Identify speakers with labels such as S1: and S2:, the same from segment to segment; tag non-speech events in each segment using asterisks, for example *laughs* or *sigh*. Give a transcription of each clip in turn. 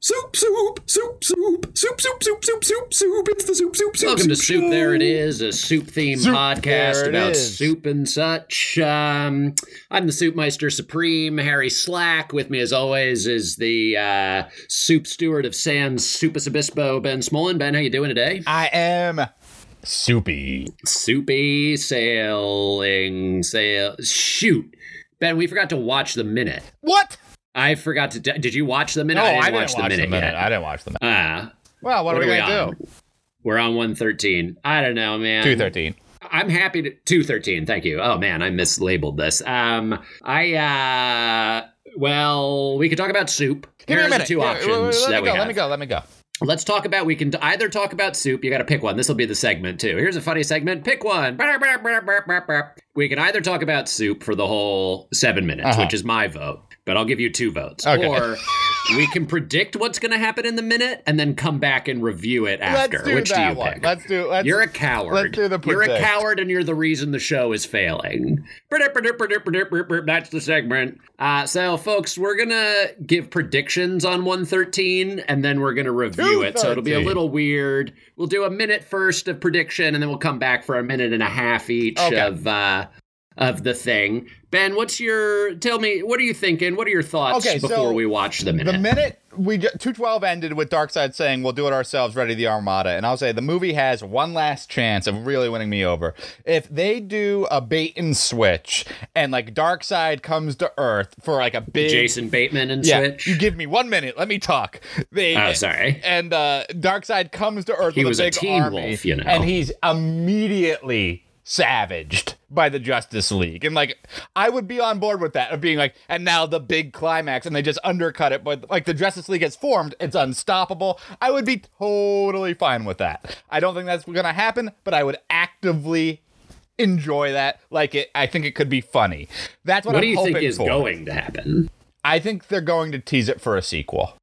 S1: Soup, soup, soup, soup, soup, soup, soup, soup, soup, soup. It's the soup, soup, soup.
S2: Welcome to
S1: show.
S2: Soup. There it is, a soup themed
S3: Soup, there
S2: podcast
S3: it
S2: about
S3: is.
S2: soup and such. Um, I'm the Soup Meister Supreme, Harry Slack. With me, as always, is the uh, soup steward of Sans Supus Obispo, Ben Smolin. Ben, how you doing today?
S3: I am soupy.
S2: Soupy sailing, sail. Shoot, Ben, we forgot to watch the minute.
S3: What?
S2: I forgot to. Did you watch the minute?
S3: no, I
S2: I didn't
S3: didn't
S2: watch, the minute
S3: I didn't watch the minute.
S2: yet. Ah,
S3: Well, what,
S2: what
S3: are we
S2: are we
S3: gonna
S2: on?
S3: do?
S2: we're on one thirteen. I don't know, man.
S3: Two thirteen.
S2: I'm happy to 213. Thank you. Oh man, I mislabeled this. Um I uh well, we could talk about soup.
S3: Give
S2: Here
S3: me a
S2: are the
S3: minute.
S2: two
S3: Here,
S2: options
S3: wait, wait, wait,
S2: that
S3: let me
S2: we
S3: go.
S2: have.
S3: Let me go. Let me go.
S2: Let's talk about we can t- either talk about soup. You got to pick one. This will be the segment too. Here's a funny segment. Pick one. We can either talk about soup for the whole seven minutes,
S3: Uh-huh.
S2: which is my vote, but I'll give you two votes.
S3: Okay.
S2: Or we can predict what's going to happen in the minute and then come back and review it after.
S3: Let's do
S2: which
S3: that
S2: do you
S3: one.
S2: pick?
S3: Let's do. Let's,
S2: you're a coward.
S3: let's do the
S2: You're a
S3: predict.
S2: coward, and you're the reason the show is failing. That's the segment. Uh, so, folks, we're gonna give predictions on 113, and then we're gonna review it. So it'll be a
S3: 213.
S2: little weird. We'll do a minute first of prediction, and then we'll come back for a minute and a half each
S3: Okay.
S2: of uh, of the thing. Ben, what's your? Tell me, what are you thinking? What are your thoughts
S3: Okay, so
S2: before we watch the minute?
S3: the minute we ju- 212 ended with Darkseid saying we'll do it ourselves, ready the Armada, and I'll say the movie has one last chance of really winning me over. If they do a bait and switch, and like Darkseid comes to Earth for like a big
S2: Jason Bateman and
S3: yeah,
S2: Switch.
S3: you give me one minute, let me talk. They
S2: oh, sorry.
S3: and uh, Darkseid comes to Earth
S2: He
S3: with
S2: was
S3: a
S2: a
S3: big
S2: teen
S3: army,
S2: wolf, you know.
S3: and he's immediately savaged by the Justice League. And like, I would be on board with that of being like, and now the big climax, and they just undercut it. But like, the Justice League has formed; it's unstoppable. I would be totally fine with that. I don't think that's gonna happen, but I would actively enjoy that. Like, it, I think it could be funny. That's what,
S2: What
S3: I'm
S2: do you think
S3: hoping
S2: is
S3: for.
S2: going to happen?
S3: I think they're going to tease it for a sequel.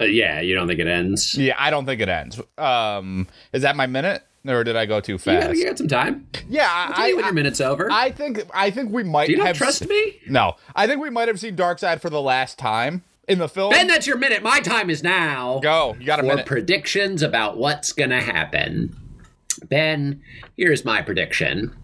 S2: Uh, yeah, you don't think it ends?
S3: Yeah, I don't think it ends. Um, is that my minute, or did I go too
S2: You got,
S3: fast?
S2: you got some time.
S3: Yeah,
S2: I'll tell you when your
S3: I,
S2: minute's over.
S3: I, I think I think we might
S2: Do you not
S3: have
S2: trust
S3: se-
S2: me?
S3: No, I think we might have seen Darkseid for the last time in the film.
S2: Ben, that's your minute. My time is now.
S3: go, you got a
S2: for
S3: minute.
S2: predictions about what's going to happen. Ben, here's my prediction.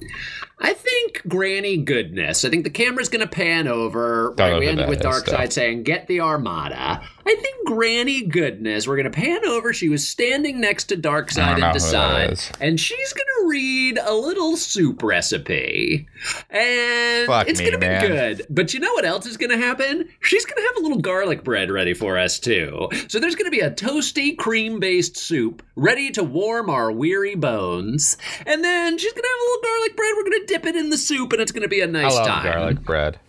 S2: I think Granny Goodness. I think the camera's going to pan over.
S3: Don't
S2: right,
S3: know
S2: we
S3: who
S2: ended
S3: that
S2: with
S3: is,
S2: Darkseid
S3: though.
S2: saying, "Get the Armada." I think Granny Goodness. We're going to pan over. She was standing next to
S3: I
S2: Darkseid
S3: don't know
S2: and
S3: who that
S2: Design,
S3: is.
S2: and she's going to read a little soup recipe, and
S3: Fuck
S2: it's
S3: me,
S2: going to be
S3: man.
S2: good. But you know what else is going to happen? She's going to have a little garlic bread ready for us too. So there's going to be a toasty cream-based soup ready to warm our weary bones, and then she's going to have a little garlic bread. We're going to dip it in the soup, and it's going to be a
S3: I
S2: nice
S3: love
S2: time.
S3: garlic bread.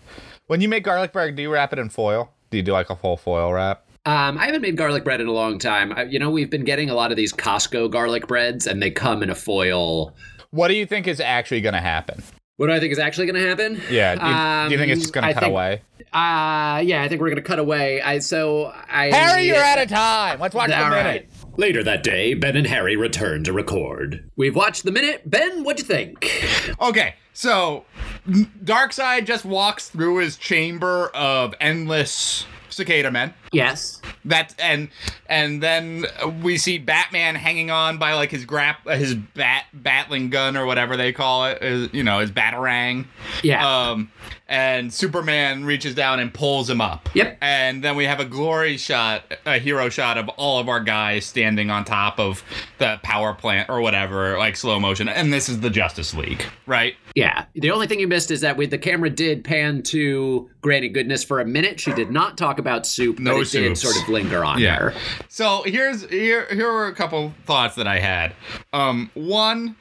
S3: When you make garlic bread, do you wrap it in foil? Do you do like a full foil wrap?
S2: Um, I haven't made garlic bread in a long time. I, you know, we've been getting a lot of these Costco garlic breads, and they come in a foil.
S3: What do you think is actually going to happen?
S2: What do I think is actually going to happen?
S3: Yeah, do you, do you think it's
S2: Um,
S3: just going
S2: I
S3: to cut
S2: think-
S3: away?
S2: Uh, yeah, I think we're going to cut away. I so I
S3: Harry, you're out of time. Let's watch the
S2: All
S3: minute.
S2: right. Later that day, Ben and Harry return to record. We've watched the minute. Ben, what'd you think?
S3: Okay, so Darkseid just walks through his chamber of endless cicada men.
S2: Yes.
S3: That and and then we see Batman hanging on by like his grap his bat battling gun or whatever they call it, is- you know, his batarang.
S2: Yeah.
S3: Um, and Superman reaches down and pulls him up.
S2: Yep.
S3: And then we have a glory shot, a hero shot of all of our guys standing on top of the power plant or whatever, like slow motion. And this is the Justice League, right?
S2: Yeah. The only thing you missed is that we, the camera did pan to Granny Goodness for a minute. She did not talk about soup,
S3: No
S2: but it did
S3: soups.
S2: sort of linger on
S3: Yeah.
S2: her.
S3: So here's here here were a couple thoughts that I had. Um, one,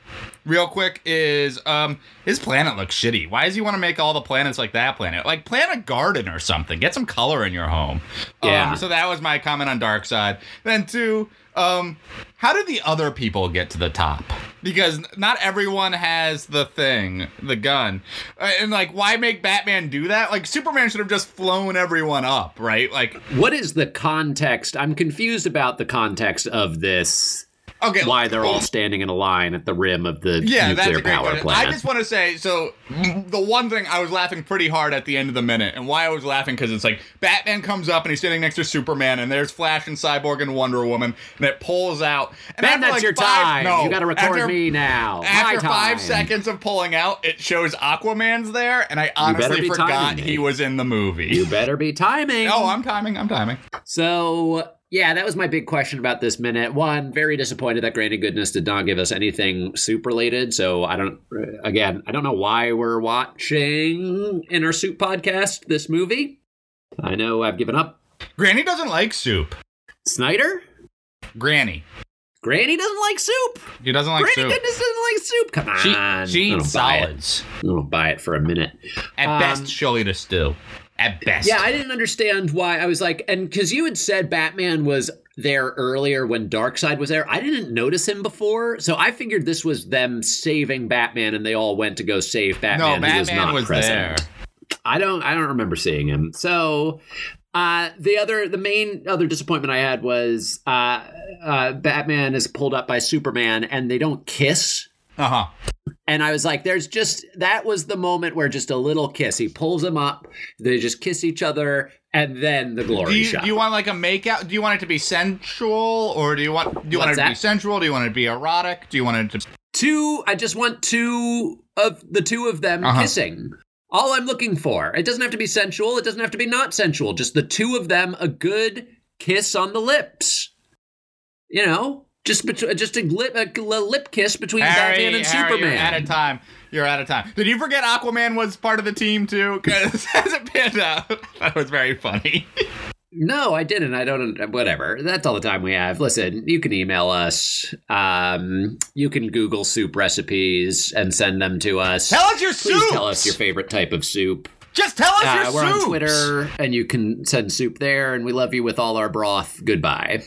S3: real quick, is um, his planet looks shitty. Why does he want to make all the planets like that planet? Like plant a garden or something. Get some color in your home.
S2: Yeah.
S3: Um, so that was my comment on Dark Side. Then two, um, how did the other people get to the top? Because not everyone has the thing, the gun, Uh, and like, why make Batman do that? Like Superman should have just flown everyone up, right? Like.
S2: What is the context? I'm confused about the context of this
S3: Okay.
S2: why they're all standing in a line at the rim of the
S3: Yeah, that's
S2: nuclear
S3: a great
S2: power
S3: question.
S2: plant.
S3: I just want to say, so m- the one thing I was laughing pretty hard at the end of the minute, and why I was laughing because it's like Batman comes up and he's standing next to Superman, and there's Flash and Cyborg and Wonder Woman, and it pulls out. And
S2: Ben,
S3: after,
S2: that's
S3: like,
S2: your
S3: five-
S2: time.
S3: no,
S2: you got to record
S3: after-
S2: me now. My
S3: After
S2: time.
S3: five seconds of pulling out, it shows Aquaman's there, and I
S2: better
S3: honestly
S2: be
S3: forgot
S2: timing me.
S3: he was in the
S2: You
S3: movie.
S2: better be timing.
S3: *laughs* Oh, I'm timing. I'm timing.
S2: So, yeah, that was my big question about this minute. One, very disappointed that Granny Goodness did not give us anything soup related. So, I don't, again, I don't know why we're watching in our soup podcast this movie. I know I've given up.
S3: Granny doesn't like soup.
S2: Snyder?
S3: Granny.
S2: Granny doesn't like soup.
S3: She doesn't like
S2: Granny
S3: soup.
S2: Goodness doesn't like soup. Come on.
S3: She, she
S2: I don't
S3: eats
S2: buy it.
S3: solids.
S2: I don't buy it for a minute.
S3: At
S2: Um,
S3: best, she'll eat a stew. At best.
S2: Yeah, I didn't understand why I was like, and because you had said Batman was there earlier when Darkseid was there, I didn't notice him before, so I figured this was them saving Batman, and they all went to go save
S3: no,
S2: Batman. who was,
S3: Batman
S2: not
S3: was,
S2: present.
S3: there.
S2: I don't, I don't remember seeing him. So. Uh, the other, the main other disappointment I had was uh, uh, Batman is pulled up by Superman, and they don't kiss.
S3: Uh huh.
S2: And I was like, there's just that was the moment where just a little kiss. He pulls him up, they just kiss each other, and then the glory
S3: Do you,
S2: shot.
S3: do you want like a makeout? Do you want it to be sensual, or do you want do you want it
S2: What's
S3: to be
S2: that?
S3: sensual? Do you want it to be erotic? Do you want it to?
S2: two, I just want two of the two of them
S3: Uh-huh.
S2: kissing. All I'm looking for. It doesn't have to be sensual, it doesn't have to be not sensual. Just the two of them, a good kiss on the lips. You know? Just bet- just a lip, a, l- lip kiss between Batman and
S3: Harry,
S2: Superman.
S3: you're out of time. You're out of time. Did you forget Aquaman was part of the team too? Because as *laughs* it panned out, *laughs* that was very funny.
S2: No, I didn't. I don't. Whatever. That's all the time we have. Listen, you can email us. Um, you can Google soup recipes and send them to us.
S3: Tell us your
S2: Please
S3: soup.
S2: tell us your favorite type of soup.
S3: Just tell us
S2: Uh,
S3: your
S2: we're
S3: soup.
S2: on Twitter, and you can send soup there. And we love you with all our broth. Goodbye.